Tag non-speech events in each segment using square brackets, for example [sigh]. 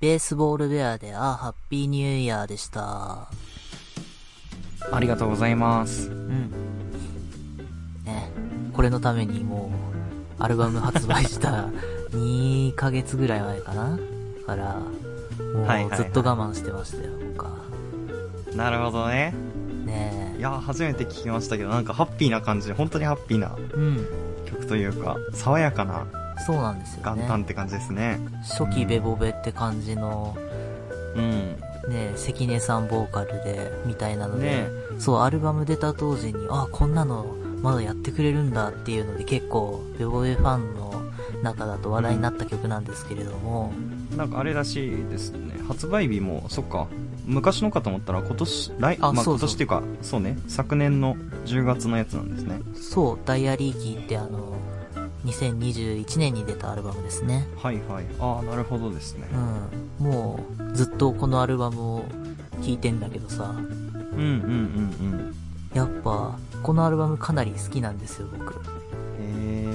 ベースボールウェアで、ああ、ハッピーニューイヤーでした。ありがとうございます。うん。ね、これのためにもう、アルバム発売した [laughs] 2ヶ月ぐらい前かなから、はいはいもはういずっと我慢してましたよ、僕は。なるほどね。ねいやー、初めて聞きましたけど、なんかハッピーな感じで、本当にハッピーなえ。うん。曲というか、爽やかなそうなんですよ元旦ねっ。て感じですね。初期ベボベって感じの、うん。ねえ、関根さんボーカルで、みたいなので、ねそう、アルバム出た当時に、あ、こんなのまだやってくれるんだっていうので、結構、ベボベファンの中だと話題になった曲なんですけれども、なんかあれらしいですね。発売日も、そっか。昔のかと思ったら今年、来、あまあそうそう今年っていうか、そうね、昨年の10月のやつなんですね。そう、ダイアリーキーってあの、2021年に出たアルバムですね。はいはい。ああ、なるほどですねう。ん。もう、ずっとこのアルバムを聴いてんだけどさ、うんうんうんやっぱ、このアルバムかなり好きなんですよ、僕。うん。へ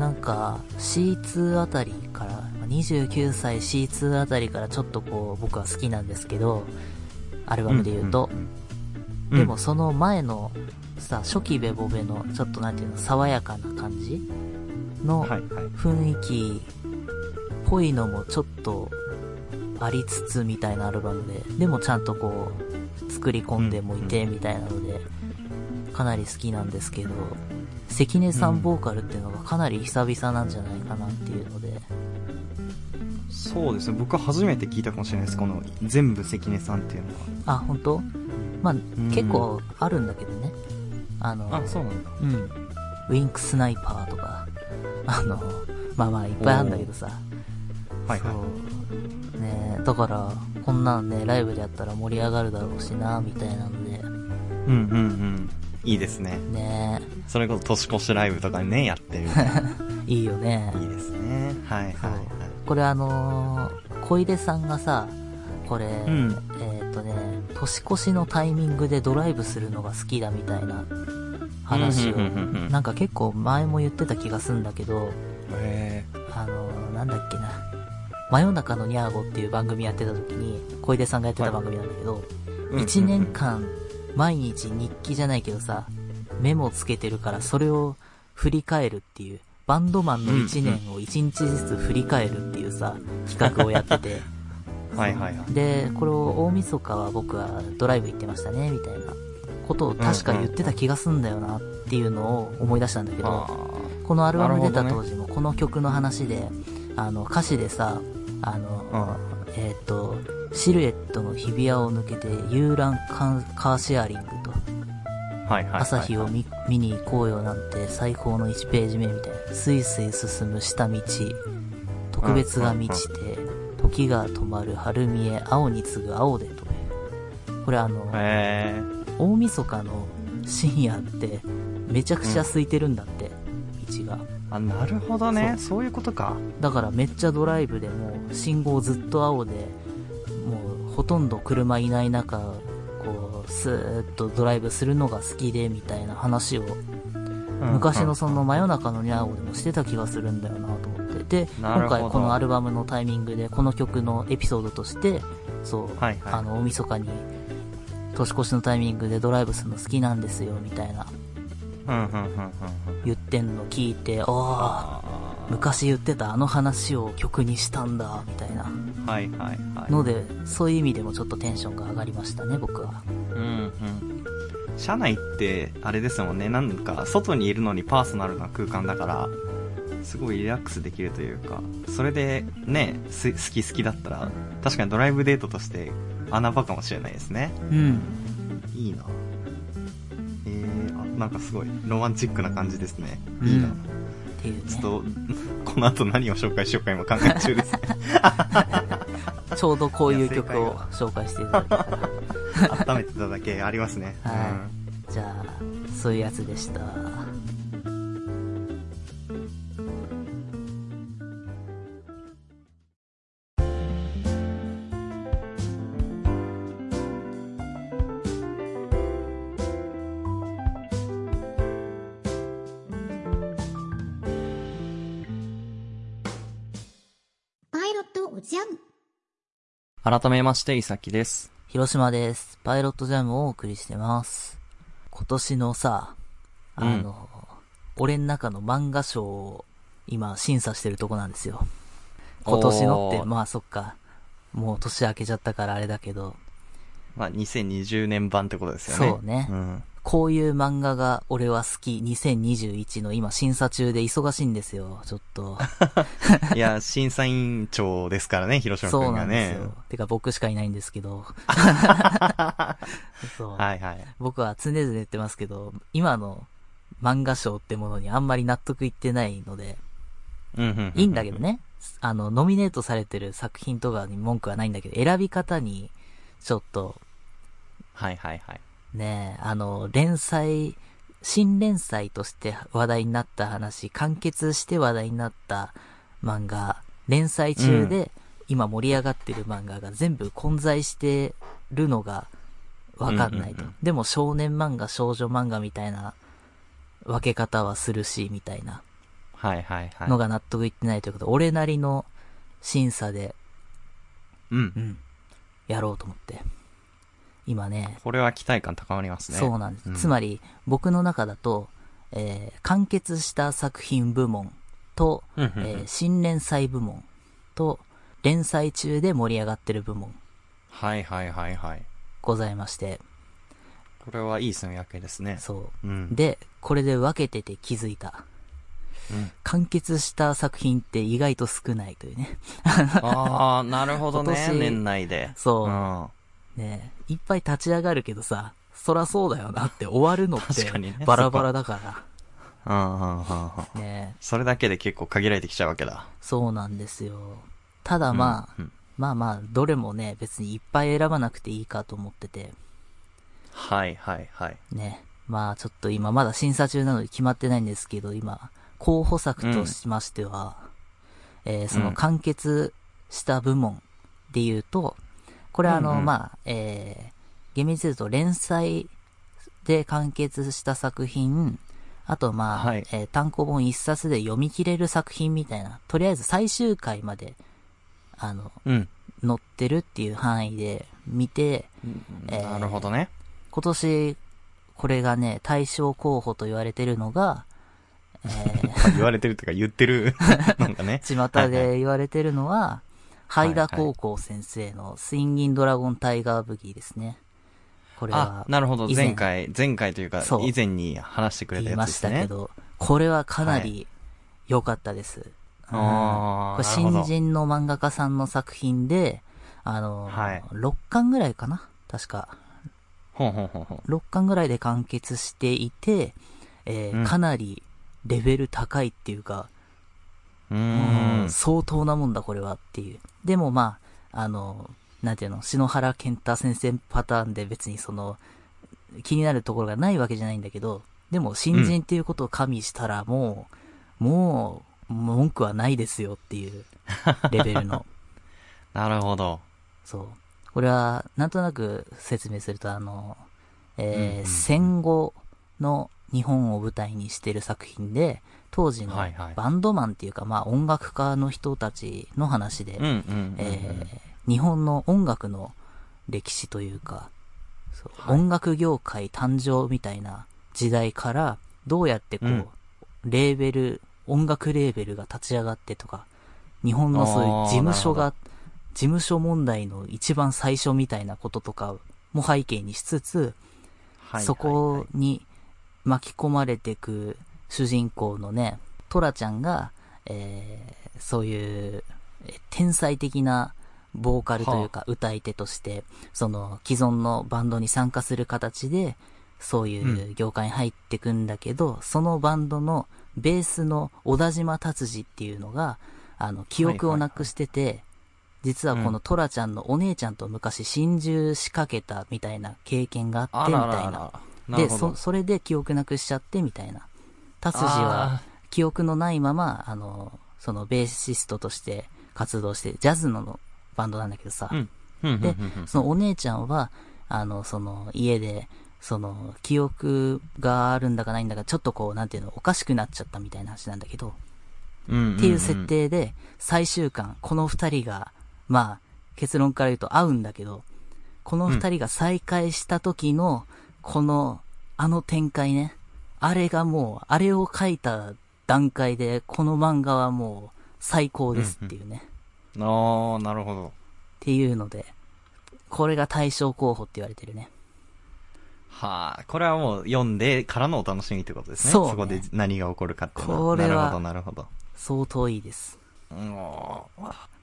なんか、C2 あたりから、まあ29歳 C2 あたりからちょっとこう、僕は好きなんですけど、アルえ。バムで言うと。んんうん。でもその前の、さ、初期ベボベの、ちょっとなんていうの、爽やかな感じの、はいはい。雰囲気っぽいのもちょっとありつつみたいなアルバムで、でもちゃんとこう、作り込んでもいてみたいなので、かなり好きなんですけど、関根さんボーカルっていうのがかなり久々なんじゃないかなっていうので、そうですね。僕は初めて聞いたかもしれないです。この、全部関根さんっていうのあ、本当まあ、結構あるんだけどね。あの、は。あ、そうなんだ。うん。ウィンクスナイパーとか、あの、まあまあいっぱいあるんだけどさ、はいはい。そうねえだからこんなんねライブでやったら盛り上がるだろうしなみたいなのでうんうんうん。いいですね。ねそれこそ年越しライブとかにね、やってる。えいいよねいいですね。はいはいはい。これあのー小出さんがさこれ、んえっ、とね年越しのタイミングでドライブするのが好きだみたいな話をうんうんうんうんうんなんか結構前も言ってた気がするんだけどへあのーなんだっけな真夜中のニャーゴっていう番組やってた時に小出さんがやってた番組なんだけど、え一年。間、毎日日記じゃないけどさ、メモつけてるからそれを振り返るっていう、バンドマンの一年を一日ずつ振り返るっていうさ、企画をやってて、 [laughs] はいはいはい。で、これを大晦日は僕はドライブ行ってましたね、みたいなことを確か言ってた気がすんだよなっていうのを思い出したんだけど、このアルバム出た当時もこの曲の話で、あの、歌詞でさ、あの、あえーっ、と、シルエットの日比谷を抜けて遊覧カーカーシェアリングと、ーはいはいはい。朝日を見見に行こうよなんて最高の1ページ目みたいな、スイスイ進む下道、特別が満ちて、時が止まる春見え、青に次ぐ青でという。これあの、へ大晦日の深夜って、めちゃくちゃ空いてるんだって、道が。ーあ、なるほどね。そういうことか。だからめっちゃドライブでもう信号ずっと青でもうほとんど車いない中こうスーッとドライブするのが好きでみたいな話を昔のその真夜中のニャーゴでもしてた気がするんだよなと思ってでなる今ほど回このアルバムのタイミングでこの曲のエピソードとしてそう、はいはいあの大晦日に年越しのタイミングでドライブするの好きなんですよみたいなうんうんうんうんうん。言ってんの聞いてあああ昔言ってたあの話を曲にしたんだみたいなーはいはいはい。のでそういう意味でもちょっとテンションが上がりましたね僕はうんうん。社内って、あれですもんね。なんか、外にいるのにパーソナルな空間だから、すごいリラックスできるというか、それでね、す好き好きだったら、確かにドライブデートとして穴場かもしれないですね。うんいいな。えー、あ、なんかすごい、ロマンチックな感じですね。うんいいな。っていうちょねっと、 [laughs] この後何を紹介しようか今考え [laughs] 中ですね。ちょうどこういう曲を紹介していただいたから温めてただけありますね。はじゃあそういうやつでしたパイロットおじゃん。改めまして、いさきです。広島です。パイロットジャムをお送りしてます。今年のさ、あの、俺の中の漫画賞を今審査してるとこなんですよ。今年のって、おーまあそっか。もう年明けちゃったからあれだけど、まあ、2020年版ってことですよね。そうねうん。こういう漫画が俺は好き2021の今審査中で忙しいんですよ、ちょっと。 [laughs] いや、審査委員長ですからね、広島そ君うながんですね。よ。てか僕しかいないんですけ [laughs] ど。そうはいはい。僕は常々言ってますけど、今の漫画賞ってものにあんまり納得いってないので、うんうんうういいんだけど。ね。あの、ノミネートされてる作品とかに文句はないんだけど、選び方に、ちょっと、はいはいはい。ね、あの、連載、新連載として話題になった話、完結して話題になった漫画、連載中で、今盛り上がってる漫画が全部混在してるのがわかんないと。うんうんうんでも少年漫画、少女漫画みたいな分け方はするし、みたいなはいはいはい。のが納得いってないということで、俺なりの審査で、うんう。ん、やろうと思って。今ね、これは期待感高まりますね。そうなんです。うんつまり、僕の中だと、えー完結した作品部門と、うんうんうんえー新連載部門と、連載中で盛り上がってる部門はいはいはいはい。ございまして、これはいい住み分けですね。そうう。ん。で、これで分けてて気づいた。うん完結した作品って意外と少ないというね。 [laughs] ああ、なるほどね今。年年内で。そううん。ねえいっぱい立ち上がるけどさ、そらそうだよなって終わるのっ確かにねて、バラバラだかうんうんうんうん。ら。ねえそれだけで結構限られてきちゃうわけだ。そうなんですよ。ただまあ、うんうんまあまあ、どれもね、別にいっぱい選ばなくていいかと思ってて、はいはいはい。ね。まあちょっと今まだ審査中なので決まってないんですけど、今、候補作としましては、えーその完結した部門で言うと、これはあの、うんうんまあ、えー、厳密に言うと連載で完結した作品、あとまあ、はいえー単行本一冊で読み切れる作品みたいな、とりあえず最終回まで、あの、うん。載ってるっていう範囲で見て、えーなるほどね。 [laughs] 今年、これがね、対象候補と言われてるのが、えー言われてるとか言っ [laughs] てるなんかね。巷はいはい。で言われてるのは、ハいイダ高校先生のスインギンドラゴンタイガーブギーですね。これあは、、なるほど。以前前回、前回というかそ、う以前に話してくれた言いやまつでしすたけね。ど、これはかなり良かったです。うんあこーれなるほ新ど人の漫画家さんの作品で、あの、はい6巻ぐらいかな確か。ほんほんほんほん。 6巻ぐらいで完結していて、えーうんかなりレベル高いっていうか、うーん。相当なもんだこれはっていう。でもまあ、あの、なんていうの、篠原健太先生パターンで別にその、気になるところがないわけじゃないんだけど、でも新人っていうことを加味したらもう、もう、文句はないですよっていうレベルの。なるほど。そう。これは、なんとなく説明すると、あの、うんうんえうーん戦後の日本を舞台にしてる作品で、当時のはいはいバンドマンっていうか、まあ音楽家の人たちの話でうん、うんうんうん。えー日本の音楽の歴史というか、そうはい音楽業界誕生みたいな時代から、どうやってこう、うんレーベル、音楽レーベルが立ち上がってとか、日本のそういうあー事務所なが、事務所問題の一番最初みたいなこととかも背景にしつつ、はいはいはいそこ、に巻き込まれてく主人公のね、トラちゃんが、えーそういう、えー天才的なボーカルというか歌い手として、その既存のバンドに参加する形で、そういう業界に入ってくんだけど、そのバンドのベースの小田島達治っていうのが、あの、記憶をなくしてて、実はこのトラちゃんのお姉ちゃんと昔心中仕掛けたみたいな経験があっあてみらたいらららな。なで、るほどそ、それで記憶なくしちゃってみたいな。達治はあ記憶のないまま、あの、そのベーシストとして活動して、ジャズののバンドなんだけどさ、うん。うん。でうんうんうんそのお姉ちゃんは、あの、その家で、その記憶があるんだかないんだか、ちょっとこう、なんていうの、おかしくなっちゃったみたいな話なんだけど、うんんんっていう設。定で、最終巻、この二人が、まあ、結論から言うと合うんだけど、この二人が再会した時の、この、あの展開ね。あれがもう、あれを書いた段階で、この漫画はもう、最高ですっていうね。ああ、なるほど。っていうので、これが対象候補って言われてるね。はあ、これはもう読んでからのお楽しみってことですね。そうねそこで何が起こるかっていうのこれはなるほど、なるほど。相当いいです。うん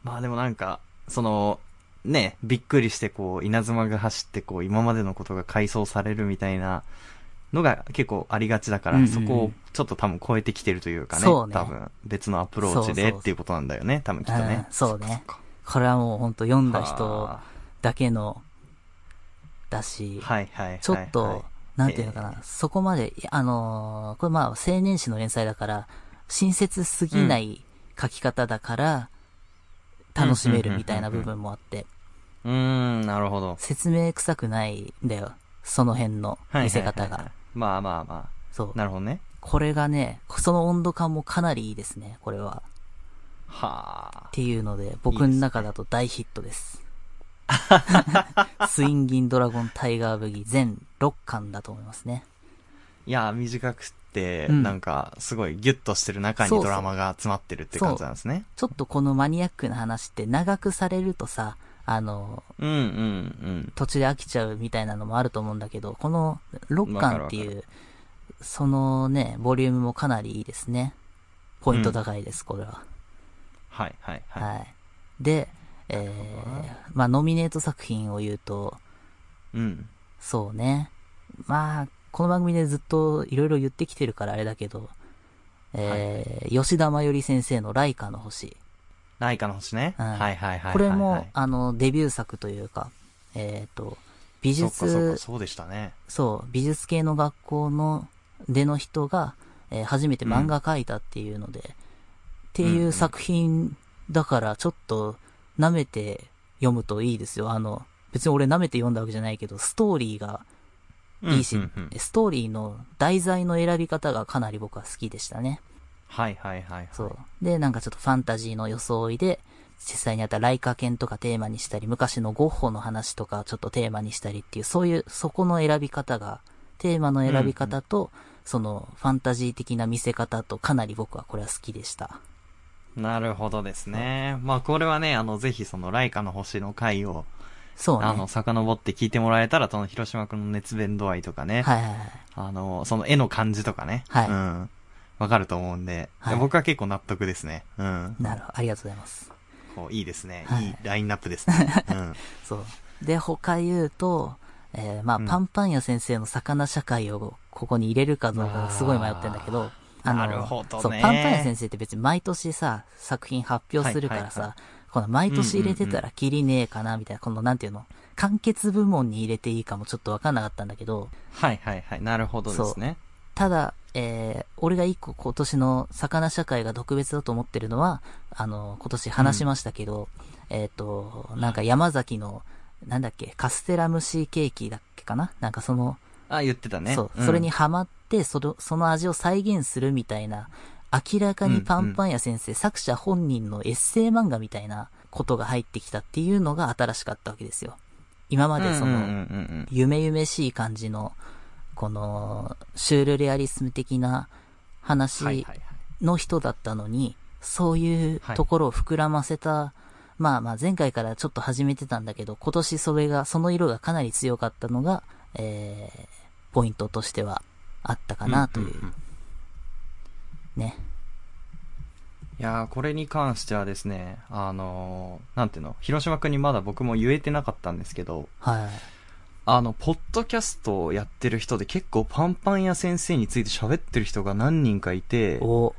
まあでもなんか、その、ね、びっくりしてこう、稲妻が走ってこう、今までのことが回想されるみたいなのが結構ありがちだから、うんうんうんそこをちょっと多分超えてきてるというかね、そうね多分別のアプローチそうでそうっていうことなんだよね、多分きっとねうん。そうねそっかこれはもうほんと読んだ人はだけの、だいし、はいはいはい。ちょっと、なんていうのかな、そこまで、いやあのーこれまあ青年誌の連載だから、親切すぎない書き方だから、楽しめるみたいな部分もあって、うーん、なるほど。説明臭くないんだよ。その辺の見せ方はいはいはいはいが。。まあまあまそうあ。。なるほどね。これがね、その温度感もかなりいいですね、これは。はあっ。ていうので、僕の中だと大ヒットです。 [laughs] スインギンドラゴンタイガーブギ全6巻だと思いますね。いや、短くって、うんなんか、すごいギュッとしてる中にそうそうドラマが詰まってるって感じなんですね。ちょっとこのマニアックな話って長くされるとさ、あの、うんうんうん。途中で飽きちゃうみたいなのもあると思うんだけど、この6わかる巻わっかてるいう、そのね、ボリュームもかなりいいですね。ポイント高いです、これは。はいはいはい。はい。で、えー、まあ、ノミネート作品を言うと、うん。そうね。まあ、この番組でずっといろいろ言ってきてるからあれだけど、えー吉田真由里先生のライカの星。ライカの星ね。うんはいはいはいはい。これも、はいあの、デビュー作というか、えっ、と、美そっ術、かそっか、そうでしたね。そう、美術系の学校の、での人が、えー初めて漫画描いたっていうので、ってうんいううん作品だから、ちょっと、舐めて読むといいですよ。あの、別に俺舐めて読んだわけじゃないけど、ストーリーがいいし、うんうんうんストーリーの題材の選び方がかなり僕は好きでしたね。はいはいはいはい。そう。で、なんかちょっとファンタジーの装いで、実際にあったライカ犬とかテーマにしたり、昔のゴッホの話とかちょっとテーマにしたりっていう、そういう、そこの選び方が、テーマの選び方と、そのファンタジー的な見せ方とかなり僕はこれは好きでした。なるほどですね。まあこれはね、あの、ぜひその、ライカの星の回を、そうね。あの、遡って聞いてもらえたら、その、広島君の熱弁度合いとかね。はいはいはい。あの、その絵の感じとかね。はいうん。わかると思うんで、はい僕は結構納得ですね。うん。なるほど。ありがとうございます。こういいですね。はいいいラインナップですね。 [laughs] うん。そう。で、他言うと、えーまあ、うんパンパン屋先生の魚社会をここに入れるかどうかすごい迷ってんだけど、あーあの、なるほどねそう、パンパン屋先生って別に毎年さ、作品発表するからさ、はいはこの毎年入れてたらキリねえかな、みたいな、このなんていうの、完結部門に入れていいかもちょっとわかんなかったんだけど、はいはいはい。なるほどですね。ただ、えー、俺が一個今年の魚社会が特別だと思ってるのは、あの、今年話しましたけど、えっ、と、なんか山崎の、なんだっけ、カステラ蒸しケーキだっけかななんかその、あ、言ってたね。そう、んそれに。ハマって、その、その味を再現するみたいな、明らかにパンパン屋先生、作者本人のエッセイ漫画みたいなことが入ってきたっていうのが新しかったわけですよ。今までその、うんうんうん夢々しい感じの、この、シュールレアリスム的なうん。はい話はいはい。の人だったのに、そういうところを膨らませた、まあまあ前回からちょっと始めてたんだけど、今年それが、その色がかなり強かったのが、えー、ポイントとしてはあったかなというんんんね。いやーこれに関してはですね、あのーなんていうの、広島君にまだ僕も言えてなかったんですけど、はい。あの、ポッドキャストをやってる人で結構パンパン屋先生について喋ってる人が何人かいて、お、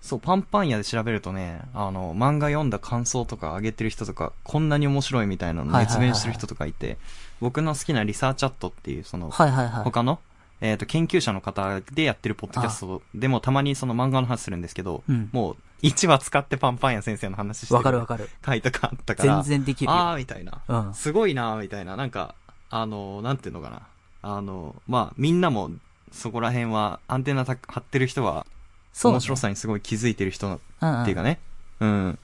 そう、パンパン屋で調べるとね、あの、漫画読んだ感想とか上げてる人とか、こんなに面白いみたいなのはいはいはい熱弁してる人とかいて、僕の好きなリサーチャットっていう、その、はいはいはい。他の、えっ、と、研究者の方でやってるポッドキャストでもたまにその漫画の話するんですけど、うんもう、1話使ってパンパン屋先生の話してわかるわるかる。回とかあったから、全然できるあよ。ーみたいな。うん。すごいなーみたいな。なんか、あのー、なんていうのかな。あのー、まあ、みんなも、そこら辺は、アンテナた張ってる人は、そうね。面白さにすごい気づいてる人なうんうんっていうかね。うん。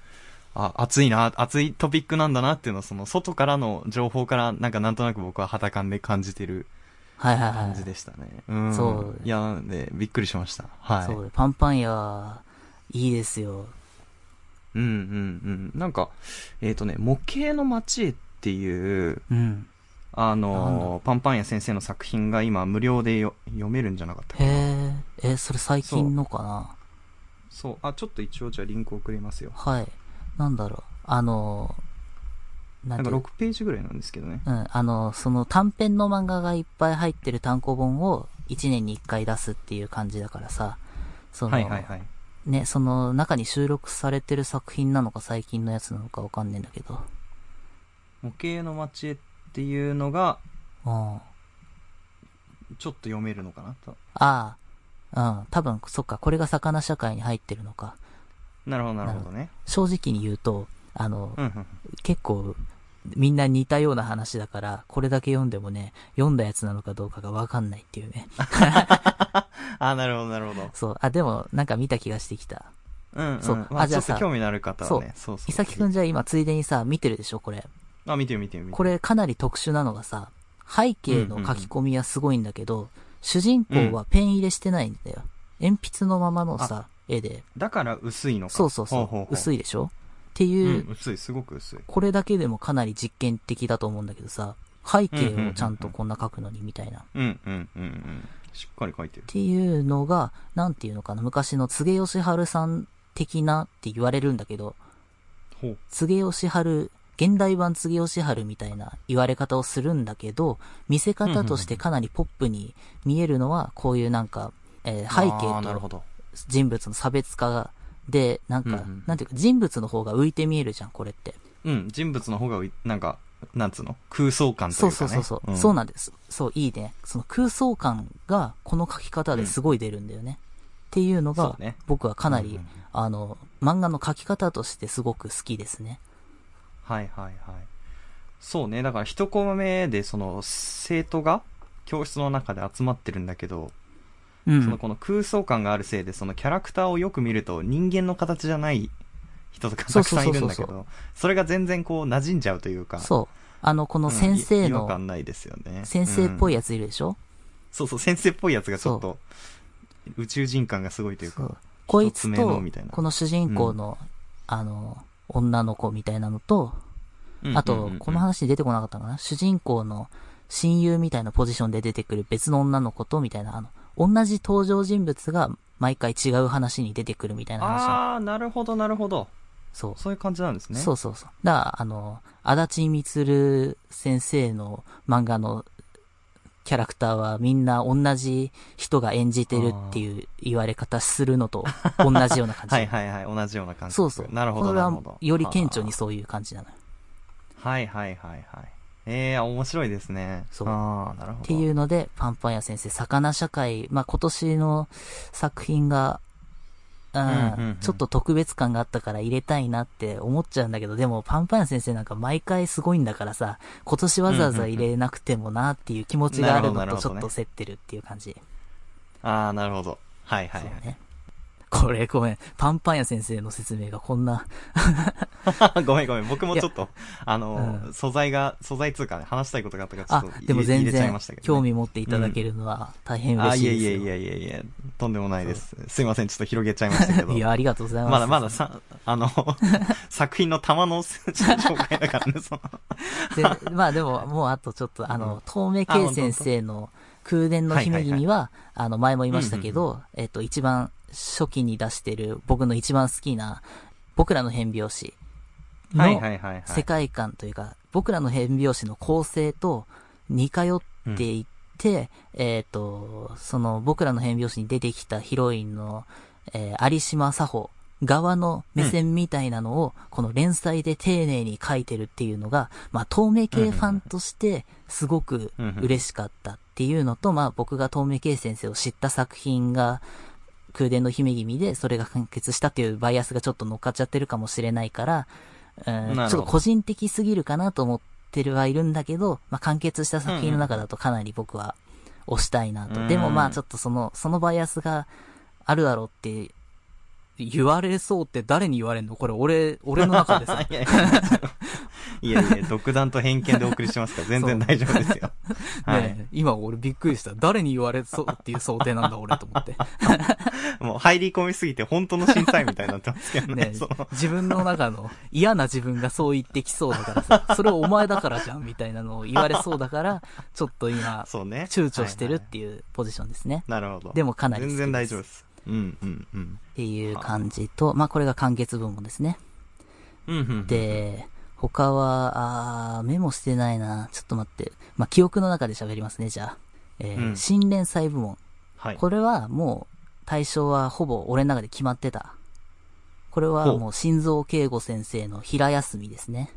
あ、熱いな、熱いトピックなんだなっていうのは、その外からの情報から、なんかなんとなく僕は肌感で感じてるはいはいは感いじ。でしたね。うん。そういや、なんで、びっくりしました。はい。そう、パンパン屋、いいですよ。うんうんうん。なんか、えっ、とね、模型の街へっていう、うん。あなんのー、パンパン屋先生の作品が今無料でよ読めるんじゃなかったかへな。え、え、それ最近のかなそう。あ、ちょっと一応じゃあリンク送りますよ。はい。なんだろう。あの、ななんんてかいう6ページぐらいなんですけどね。うん、あの、その短編の漫画がいっぱい入ってる単行本を1年に1回出すっていう感じだからさ、その、はいはいはい。ね、その中に収録されてる作品なのか最近のやつなのかわかんねえんだけど。模型の街へっていうのが、うん。あちょっと読めるのかなと。あ、うん、多分、そっか、これが魚社会に入ってるのか。なるほどなるほどね。正直に言うと、あの、うんうん。結構、みんな似たような話だから、これだけ読んでもね、読んだやつなのかどうかがわかんないっていうね。あ、なるほどなるほど。そう、あ、でも、なんか見た気がしてきた。うん、うん。そうまあ、あじちゃょあっとさ興味のある方はね。そうそう。伊崎くんじゃあ今ついでにさ、見てるでしょ、これ。あ、見てる見てる見てる。これかなり特殊なのがさ、背景の書き込みはすごいんだけど、主人公はペン入れしてないんだよ。鉛筆のままのさ、絵で。だから薄いのか。そうそうそう。薄い。いでしょってういう、ん、薄い、すごく薄い。これだけでもかなり実験的だと思うんだけどさ、背景をちゃんとこんな書くのにみたいな。っうんうんうんうん。しっかり書いてる。ていうのが、なんていうのかな、昔の柘植義春さん的なって言われるんだけど、ほう。柘植義春、現代版柘植義春みたいな言われ方をするんだけど、見せ方としてかなりポップに見えるのは、こういうなんか、えー背あーな景るとほど。人物の差別化で、なんか、うんうんなんていうか、人物の方が浮いて見えるじゃん、これって。うん、人物の方がうい、なんか、なんつうの空想感とそいううかそうね。そうそう、そうななんです。そう、いいね。その空想感が、この書き方ですごい出るんだよね。っていうのそがうね、僕はかなり、うんうんあの、漫画の書き方としてすごく好きですね。はいはいはい。そうね、だから一コマ目で、その、生徒が、教室の中で集まってるんだけど、うそのん。この空想感があるせいで、そのキャラクターをよく見ると人間の形じゃない人とかそたうくそうさそんういそうるそんうだけど、それが全然こう馴染んじゃうというか、そう。あの、このうん先生い違の、和感ないですよね。先生っぽいやつやついるでしょ、そうそう、先生っぽいやつがちょっと、宇宙人感がすごいというそか。うこいつ一つ目とのみたい、なこの主人公の、あの、女の子みたいなのと、あと、この話話に出てこなかったのかな主人公の親友みたいなポジションで出てくる別の女の子と、みたいな、あの、同じ登場人物が毎回違う話に出てくるみたいな話。ああ、なるほど、なるほど。そう。そういう感じなんですね。。そううそうそう。だから、あの、足立みつる先生の漫画のキャラクターはみんな同じ人が演じてるっていう言われ方するのと同じような感じ。 [laughs] はいはいはい、同じような感じ。そうそう。なるほど、これなはるほど。より顕著にそういう感じなのよ。っあー。はいはいはいはい。ええー、面白いですね。そうああ、なるほど。。ていううので、パンパン屋先生、魚社会、まあ、今年の作品が、うんうんうんうんちょっと特別感があったから入れたいなって思っちゃうんだけど、でもパンパン屋先生なんか毎回すごいんだからさ、今年わざわざ入れなくてもなっていう気持ちがあるなのるとほどちなるほどょっとね競ってるっていう感じ。ああ、なるほど。はいはいそうはい。ね。これごめん、パンパン屋先生の説明がこんな、 [laughs] ごめんごめん。僕もちょっと、あの、う素材が、素材通貨ね、話したいことがあったから、あちょっと、入れでも全入れちゃい然ましたけど、ね。興味持っていただけるのは大変嬉しいですよ。あ、いやいやいやいやいや、とんでもないです。すいません、ちょっと広げちゃいましたけ [laughs] ど。いや、ありがとうございます。まだまださ、[laughs] あの、作品の玉の紹介だからね、その。で、まあでも、もうあとちょっと、あの、遠目圭先生の空伝の姫君は、あの、前も言いましたけど、えっと、一番初期に出してる、僕の一番好きな、僕らの変拍子はい [laughs] のはいはいはい。世界観というか、僕らの変拍子の構成と似通っていって、えっと、その、僕らの変拍子に出てきたヒロインの、えー有島佐穂側の目線みたいなのを、この連載で丁寧に書いてるっていうのが、まあ、透明系ファンとして、すごく嬉しかったっていうのと、まあ、僕が透明系先生を知った作品が、空伝の姫君で、それが完結したっていうバイアスがちょっと乗っかっちゃってるかもしれないから、うん、ちょなっるほどと個人的すぎるかなと思ってるはいるんだけど、まあ、完結した作品の中だとかなり僕は押したいなと。うんでもまあちょっとその、そのバイアスがあるだろうって言われそうって誰に言われんのこれ [laughs] 俺、俺の中でさ。いやいやいやいや、独断と偏見でお送りしてます [laughs] から、全然大丈夫ですよ。はい。ねえ今俺びっくりした。誰に言われそうっていう想定なんだ俺と思って。もう入り込みすぎて、本当の審査員みたいになってますけどね。 [laughs] ねえ [laughs] その自分の中の嫌な自分がそう言ってきそうだからさ、 [laughs] それお前だからじゃんみたいなのを言われそうだから、ちょっと [laughs] 今、そうね。躊躇してるっはいていうポジションですね。はいなるほど。でもかなり好きです全然大丈夫です。うん、うん、うん。っていう感じと、まあこれが完結部門ですね。うん、うん。、で、他は、あーメモしてないな。ちょっと待って。まあ記憶の中で喋りますね、じゃあ。えーうん新連載部門。はい。これはもう、対象はほぼ俺の中で決まってた。これほはうもう、心臓敬吾先生の平休みですね。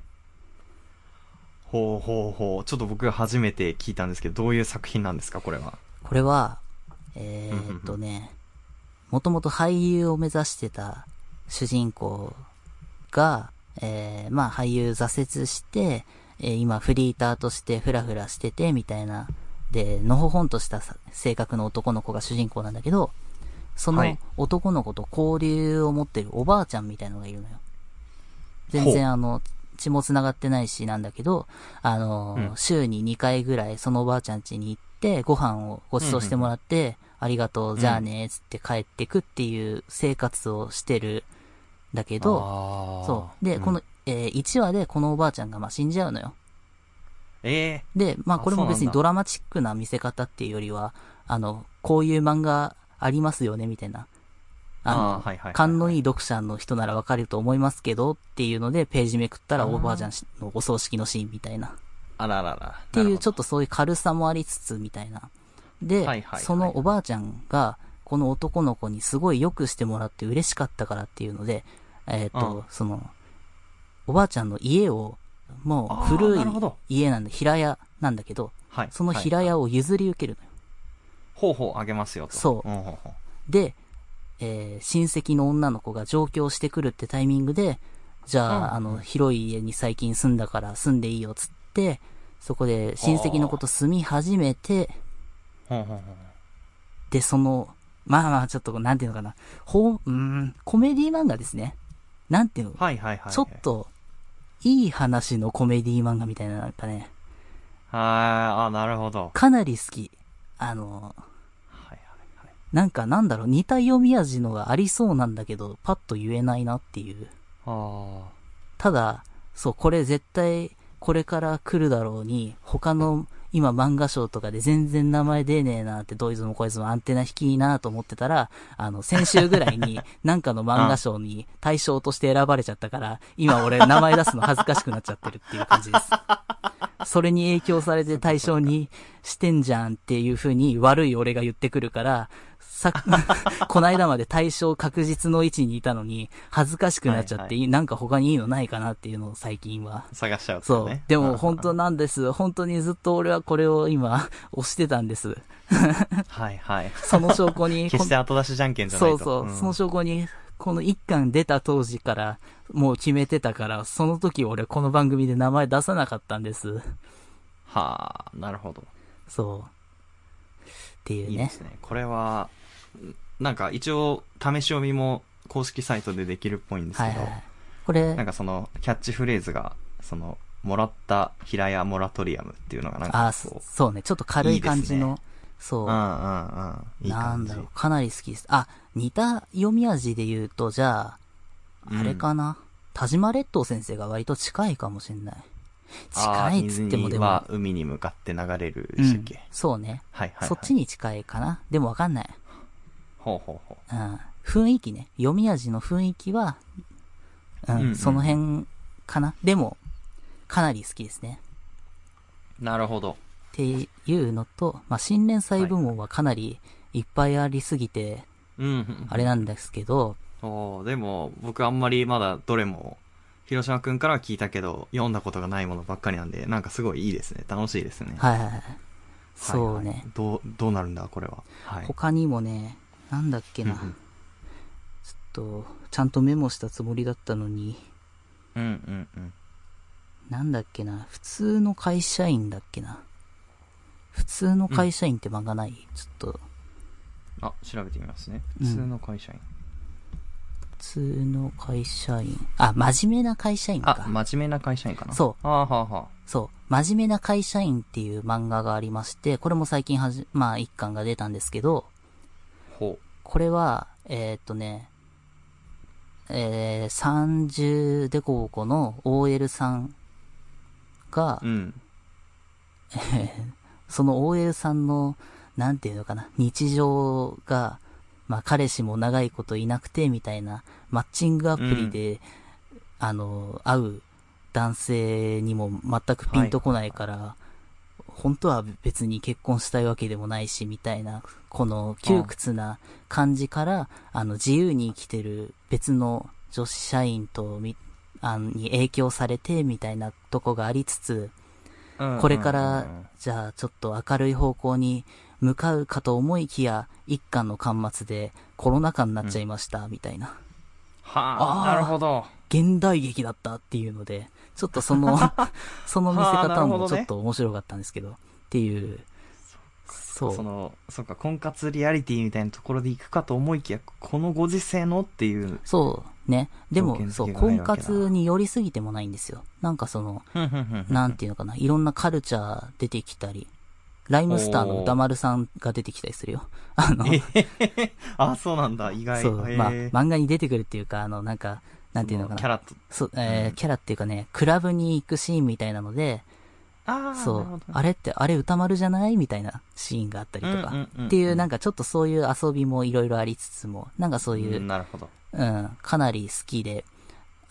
ほうほうほう。ちょっと僕が初めて聞いたんですけど、どういう作品なんですか、これは。これは、えーっとね、もともと俳優を目指してた主人公が、えー、まあ俳優挫折して、えー今フリーターとしてフラフラしてて、みたいな、で、のほほんとしたさ性格の男の子が主人公なんだけど、そはのい男の子と交流を持ってるおばあちゃんみたいのがいるのよ。全然あの、血も繋がってないしなんだけど、あのー、うん週に2回ぐらいそのおばあちゃん家に行って、ご飯をご馳走してもらって、ありがとう、じゃあね、つって帰ってくっていう生活をしてるんだけど、あーそう。で、んこの、え1話でこのおばあちゃんがまあ死んじゃうのよ。えで、まああこれも別そうになんだドラマチックな見せ方っていうよりは、あの、こういう漫画ありますよね、みたいな。あの、あーはいはいはいはい勘のいい読者の人ならわかると思いますけど、っていうので、ページめくったらあーおばあちゃんのお葬式のシーンみたいな。ー、あららら。っていう、ちょょっっとそういう軽さもありつつ、みたいな。で、はいはいはいそのおばあちゃんが、この男の子にすごい良くしてもらって嬉しかったからっていうので、えっ、と、うんその、おばあちゃんの家を、もうあ古ーいなるほど家なんで、平屋なんだけど、はい。その平はい屋を譲り受けるのよ。ほうほうあげますよと。そうんほうほうで、えー親戚の女の子が上京してくるってタイミングで、じゃあ、うんあの、広い家に最近住んだから住んでいいよっつって、そこで親戚のこと住み始めて、ほうほうほうで、その、まあまあ、ちょっと、なんていうのかな、ほう、うーん、コメディ漫画ですね。なんていうの、はいはいはい。ちょっ。と、いい話のコメディ漫画みたいな、なんかね、はい、あ、なるほど。かなり好き。あの、はいはいはい。なんかなんだろう、似た読み味のがありそうなんだけど、パッと言えないなっていう。あただ、そう、これ絶対、これから来るだろうに、他の、今漫画賞とかで全然名前出ねえなって、どいつもこいつもアンテナ引きいいなと思ってたら、あの、先週ぐらいに、なんかの漫画賞に対象として選ばれちゃったから、今俺名前出すの恥ずかしくなっちゃってるっていう感じです。それに影響されて対象にしてんじゃんっていう風に悪い俺が言ってくるから、さ、 [laughs] こないだまで対象確実の位置にいたのに、恥ずかしくなっちゃって、はいはいいなんか他にいいのないかなっていうのを最近は。あ。探しちゃうそとうね。。でも本当なんです。本当にずっと俺はこれを今、押してたんです。はいはい。その証拠 [laughs] に、決して後出しじゃんけんじゃないそと。うそう、んその証拠に、この一巻出た当時から、もう決めてたから、その時俺この番組で名前出さなかったんです。はあ、なるほど。そう。っていういいね。ですね。これは、んなんか一応、試し読みも公式サイトでできるっぽいんですはけいど、はい。これなん、かその、キャッチフレーズが、その、もらった平屋モラトリアムっていうのがなんあかーそこ、うそうね。ちょっと軽い感じの、いいそう。うんうんうん。いいな感んじだろう、かなり好きです。あ、似た読み味で言うと、じゃあ、うんあれかな。田島列島先生が割と近いかもしれない。あ近いっつってもで水にもは、海に向かって流れるうでしたっんけ、そうね。はいはい、はい。そっちに近いかな。でもわかんない。ほうほうほう。うん。雰囲気ね。読み味の雰囲気は、ううんうんん、その辺かな。でも、かなり好きですね。なるほど。っていうのと、まあ、新連載部門はかなりいっぱいありすぎて、うんうん。あれなんですけど、そう、でも、僕あんまりまだどれも、広島くんからは聞いたけど、読んだことがないものばっかりなんで、なんかすごいいいですね。楽しいですね。はいはいはい。はいそはういね。どう、どうなるんだ、これは。はい。他にもね、なんだっけな。うんうんちょっと、ちゃんとメモしたつもりだったのに、うんうんうん。なんだっけな。普通の会社員だっけな。普通の会社員って漫画ない、ちょっと、あ、調べてみますね。うん普通の会社員。通の会社員。あ、真面目な会社員あか、。真面目な会社員かな。。そうあーはーはそう。真面目な会社員っていう漫画がありまして、これも最近はじ、まあ一巻が出たんですけど、ーほこれは、えーっとね、えー、30でこぼこの OL さんが、う。うん。その OL さんの、なんていうのかな、日常が、まあ彼氏も長いこといなくて、みたいな、マッチングアプリで、あの、会う男性にも全くピンとこないから、本当は別に結婚したいわけでもないし、みたいな、この窮屈な感じから、あの、自由に生きてる別の女子社員とみ、あのに影響されて、みたいなとこがありつつ、これから、じゃあちょっと明るい方向に向かうかと思いきや、一巻の巻末でコロナ禍になっちゃいました、みたいな。はああ、ーなるほど。現代劇だったっていうので、ちょっとそ [laughs] の、その見せはあなる方ほどもねちょっと面白かったんですけど、っていう、そ、そうの、そうか、婚活リアリティみたいなところで行くかと思いきや、このご時世のっていう。そう、ね。で条件も、付そけう、がな婚いわけだ活に寄りすぎてもないんですよ。なんかその、ふんふんふんふんなんていうのかな、いろんなカルチャー出てきたり、ライムスターの歌丸さんが出てきたりするよ。あの、あ、そうなんだ、意外。そう、へーまあ、漫画に出てくるっていうか、あの、なんか、なんていうのかキャな。ラと。そう、えーうんキャラっていうかね、クラブに行くシーンみたいなので、ああ、そなるほうど、あれって、あれ歌丸じゃないみたいなシーンがあったりとうんうんかう、んうんっていう、なんかちょっとそういう遊びもいろいろありつつも、なんかそういうう、んなるほど。うん、かなり好きで、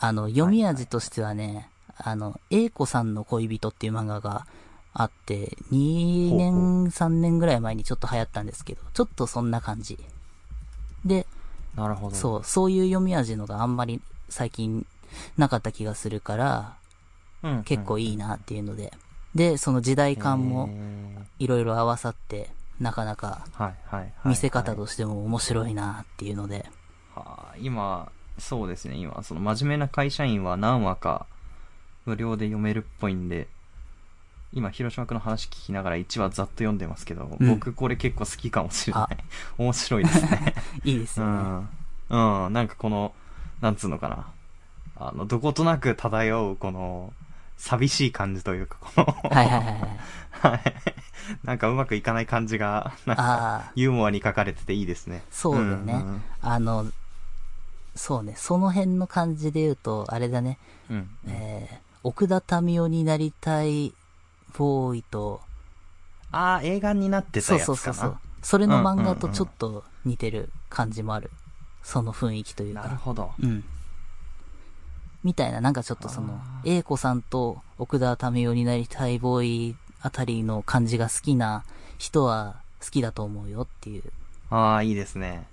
あの、読み味としてはね、あの、英子さんの恋人っていう漫画があって、2年、ほう3年ぐらい前にちょっと流行ったんですけど、ちょっとそんな感じ。で、なるほど。そう、そういう読み味のがあんまり最近なかった気がするから、うん。うん結構いいなっていうので。で、その時代感へもーいろいろ合わさって、なかなかはいはいはいはい。見せ方としても面白いなっていうので。はあ今、そうですね、今、その真面目な会社員は何話か無料で読めるっぽいんで、今、広島君の話聞きながら1話ざっと読んでますけど、うん僕これ結構好きかもしれない。面白いで [laughs] すね。いいですうよね。ん。うん、なんかこの、なんつうのかな。あの、どことなく漂う、この、寂しい感じというか、この、はいはいはいはい。はい。なんかうまくいかない感じが、なんあかあ、ユーモアに書かれてていいですね。そうだよね。うんあの、そうね、その辺の感じで言うと、あれだね、うん。えー、奥田民生になりたいボーイと、ああ、映画になってたそうやつかな。そうそうそう。それの漫画とちょっと似てる感じもある。その雰囲気というか。なるほど。うん。みたいな、なんかちょっとそのあ、英子さんと奥田民生になりたいボーイあたりの感じが好きな人は好きだと思うよっていうああ、いいですね。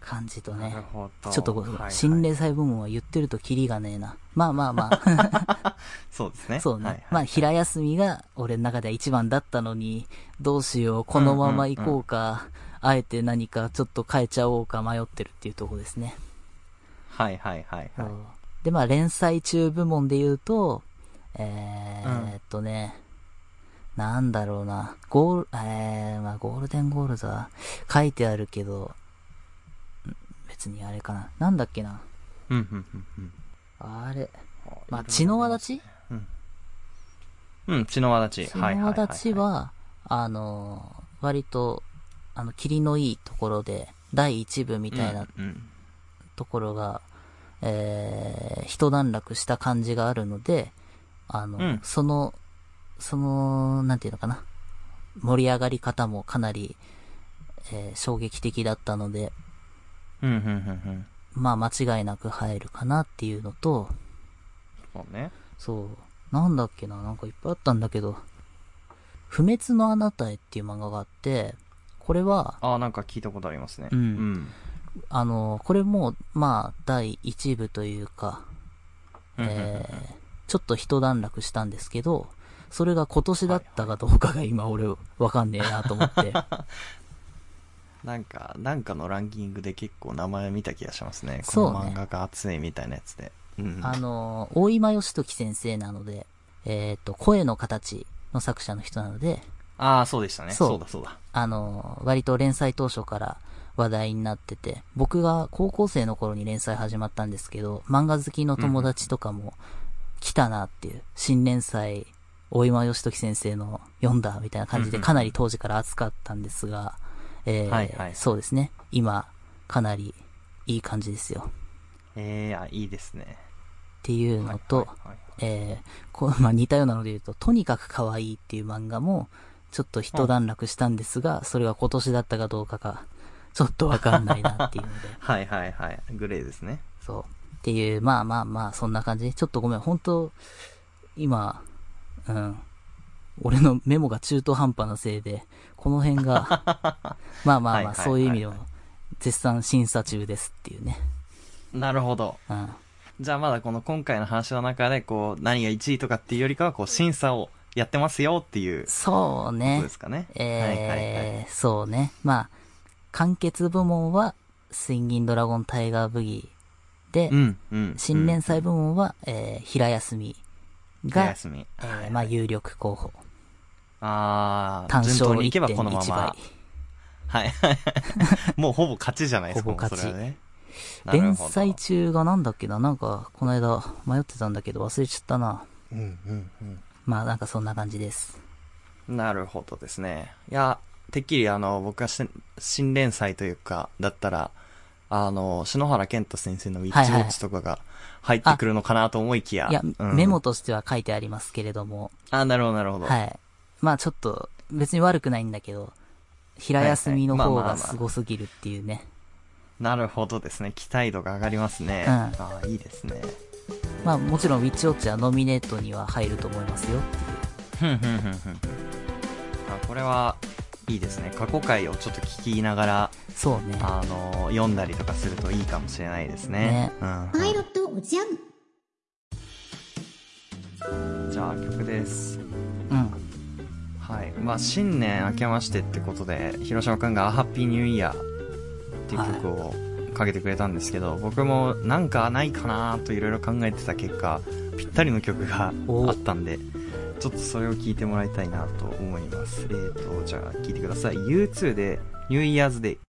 感じとなねる。ほど。ちょっとこはいはう、い心霊細部門は言ってるとキリがねえな。まあまあまあ、そうですね。そうね。はいはいまあ、平休みが俺の中では一番だったのに、どうしよう、このまま行こうか、あえて何かちょっと変えちゃおうか迷ってるっていうところですね。はいはいはいはい。で、まあ、連載中部門で言うと、えーうんえっとね、なんだろうな、ゴール、えー、まあ、ゴールデンゴールズは書いてあるけど、ん別にあれかな。なんだっけな。うん、うん、うんうん。あれ。あまあ、いろいろ血の輪立ちうん、血の輪立ち。血の輪立ちいいいは、あのー、割と、あの、霧のいいところで、第一部みたいなうんうん。ところが、えー、一段落した感じがあるので、あの、うんその、その、なんていうのかな。盛り上がり方もかなり、えー衝撃的だったので、うん、うん、うん、うん。まあ間違いなく入るかなっていうのと、そうね。そう、なんだっけな、なんかいっぱいあったんだけど、不滅のあなたへっていう漫画があって、これは、ああ、なんか聞いたことありますね。うんうん。あの、これも、まあ、第一部というか、うんうんえーちょっと一段落したんですけど、それが今年だったかどうかが今俺わかんねえなと思って。なんか、なんかのランキングで結構名前見た気がしますね。そうこのね漫画が熱いみたいなやつで。うん。あの、大今義時先生なので、えっ、と、声の形の作者の人なので、ああ、そうでしたね。そうそうだそうだ。あの、割と連載当初から話題になってて、僕が高校生の頃に連載始まったんですけど、漫画好きの友達とかも、来たなっていう、新連載、大今義時先生の読んだみたいな感じで、うんうんかなり当時から熱かったんですが、えーはいはいそうですね。今、かなりいい感じですよ。えー、あ、いいですね。っていうのと、はいはいはいえーこう、まあ、似たようなので言うと、とにかく可愛いっていう漫画も、ちょっと一段落したんですが、それが今年だったかどうかが、ちょっとわかんないなっていうの [laughs] で、はいはいはい。グレーですね。そう。っていう、まあまあまあ、そんな感じ。ちょっとごめん、本当今、うん。俺のメモが中途半端なせいで、この辺 [laughs] が、まあまはあいはいはいまはあ、いそういう意味でも、絶賛審査中ですっていうね。なるほど。うん。じゃあまだこの今回の話の中で、こう、何が1位とかっていうよりかは、こう、審査をやってますよっていうこそうね。とですかね。えーはいはいはい。そうね。まあ、完結部門は、水銀ドラゴンタイガーブギーで、うん、うん。新連載部門は、えー平休みが、が、休み。えーまあ、有力候補。あー、単順勝当にいけばこのま1.1ま倍。。はい。 [laughs] もうほぼ勝ちじゃないですか、ほぼ勝ちもうそれはね。なる連ほど載中がなんだっけななんか、この間迷ってたんだけど忘れちゃったな。うんうんうまあ、なんかそんな感じです。ん。なるほどですね。いや、てっきりあの、僕がし新連載というか、だったら、あの、篠原健太先生のウィッチウォッチとかが入ってくるのかなと思いきや。いや、うんメモとしては書いてありますけれども、あ、なるほど、なるほど。はい。まあちょっと、別に悪くないんだけど、平休みの方はいはいまあまあがまあすごすぎるっていうね。なるほどですね。期待度が上がりますね。うんあいいですね。まあもちろんウィッチウォッチはノミネートには入ると思いますよ。ふんふんふんふんふん。あ、これは、いいですね。過去回をちょっと聞きながら、そうね。あの、読んだりとかするといいかもしれないですね。ねうんパイロットおじゃんじゃあ曲です。うん。はい。まあ新年明けましてってことで、広島くんがハッピーニューイヤーっていう曲をかけてくれたんですけど、僕もなんかないかなといろいろ考えてた結果、ぴったりの曲がおあったんで、ちょっとそれを聞いてもらいたいなと思います。えーと、じゃあ聞いてください。U2 でニューイヤーズデイ。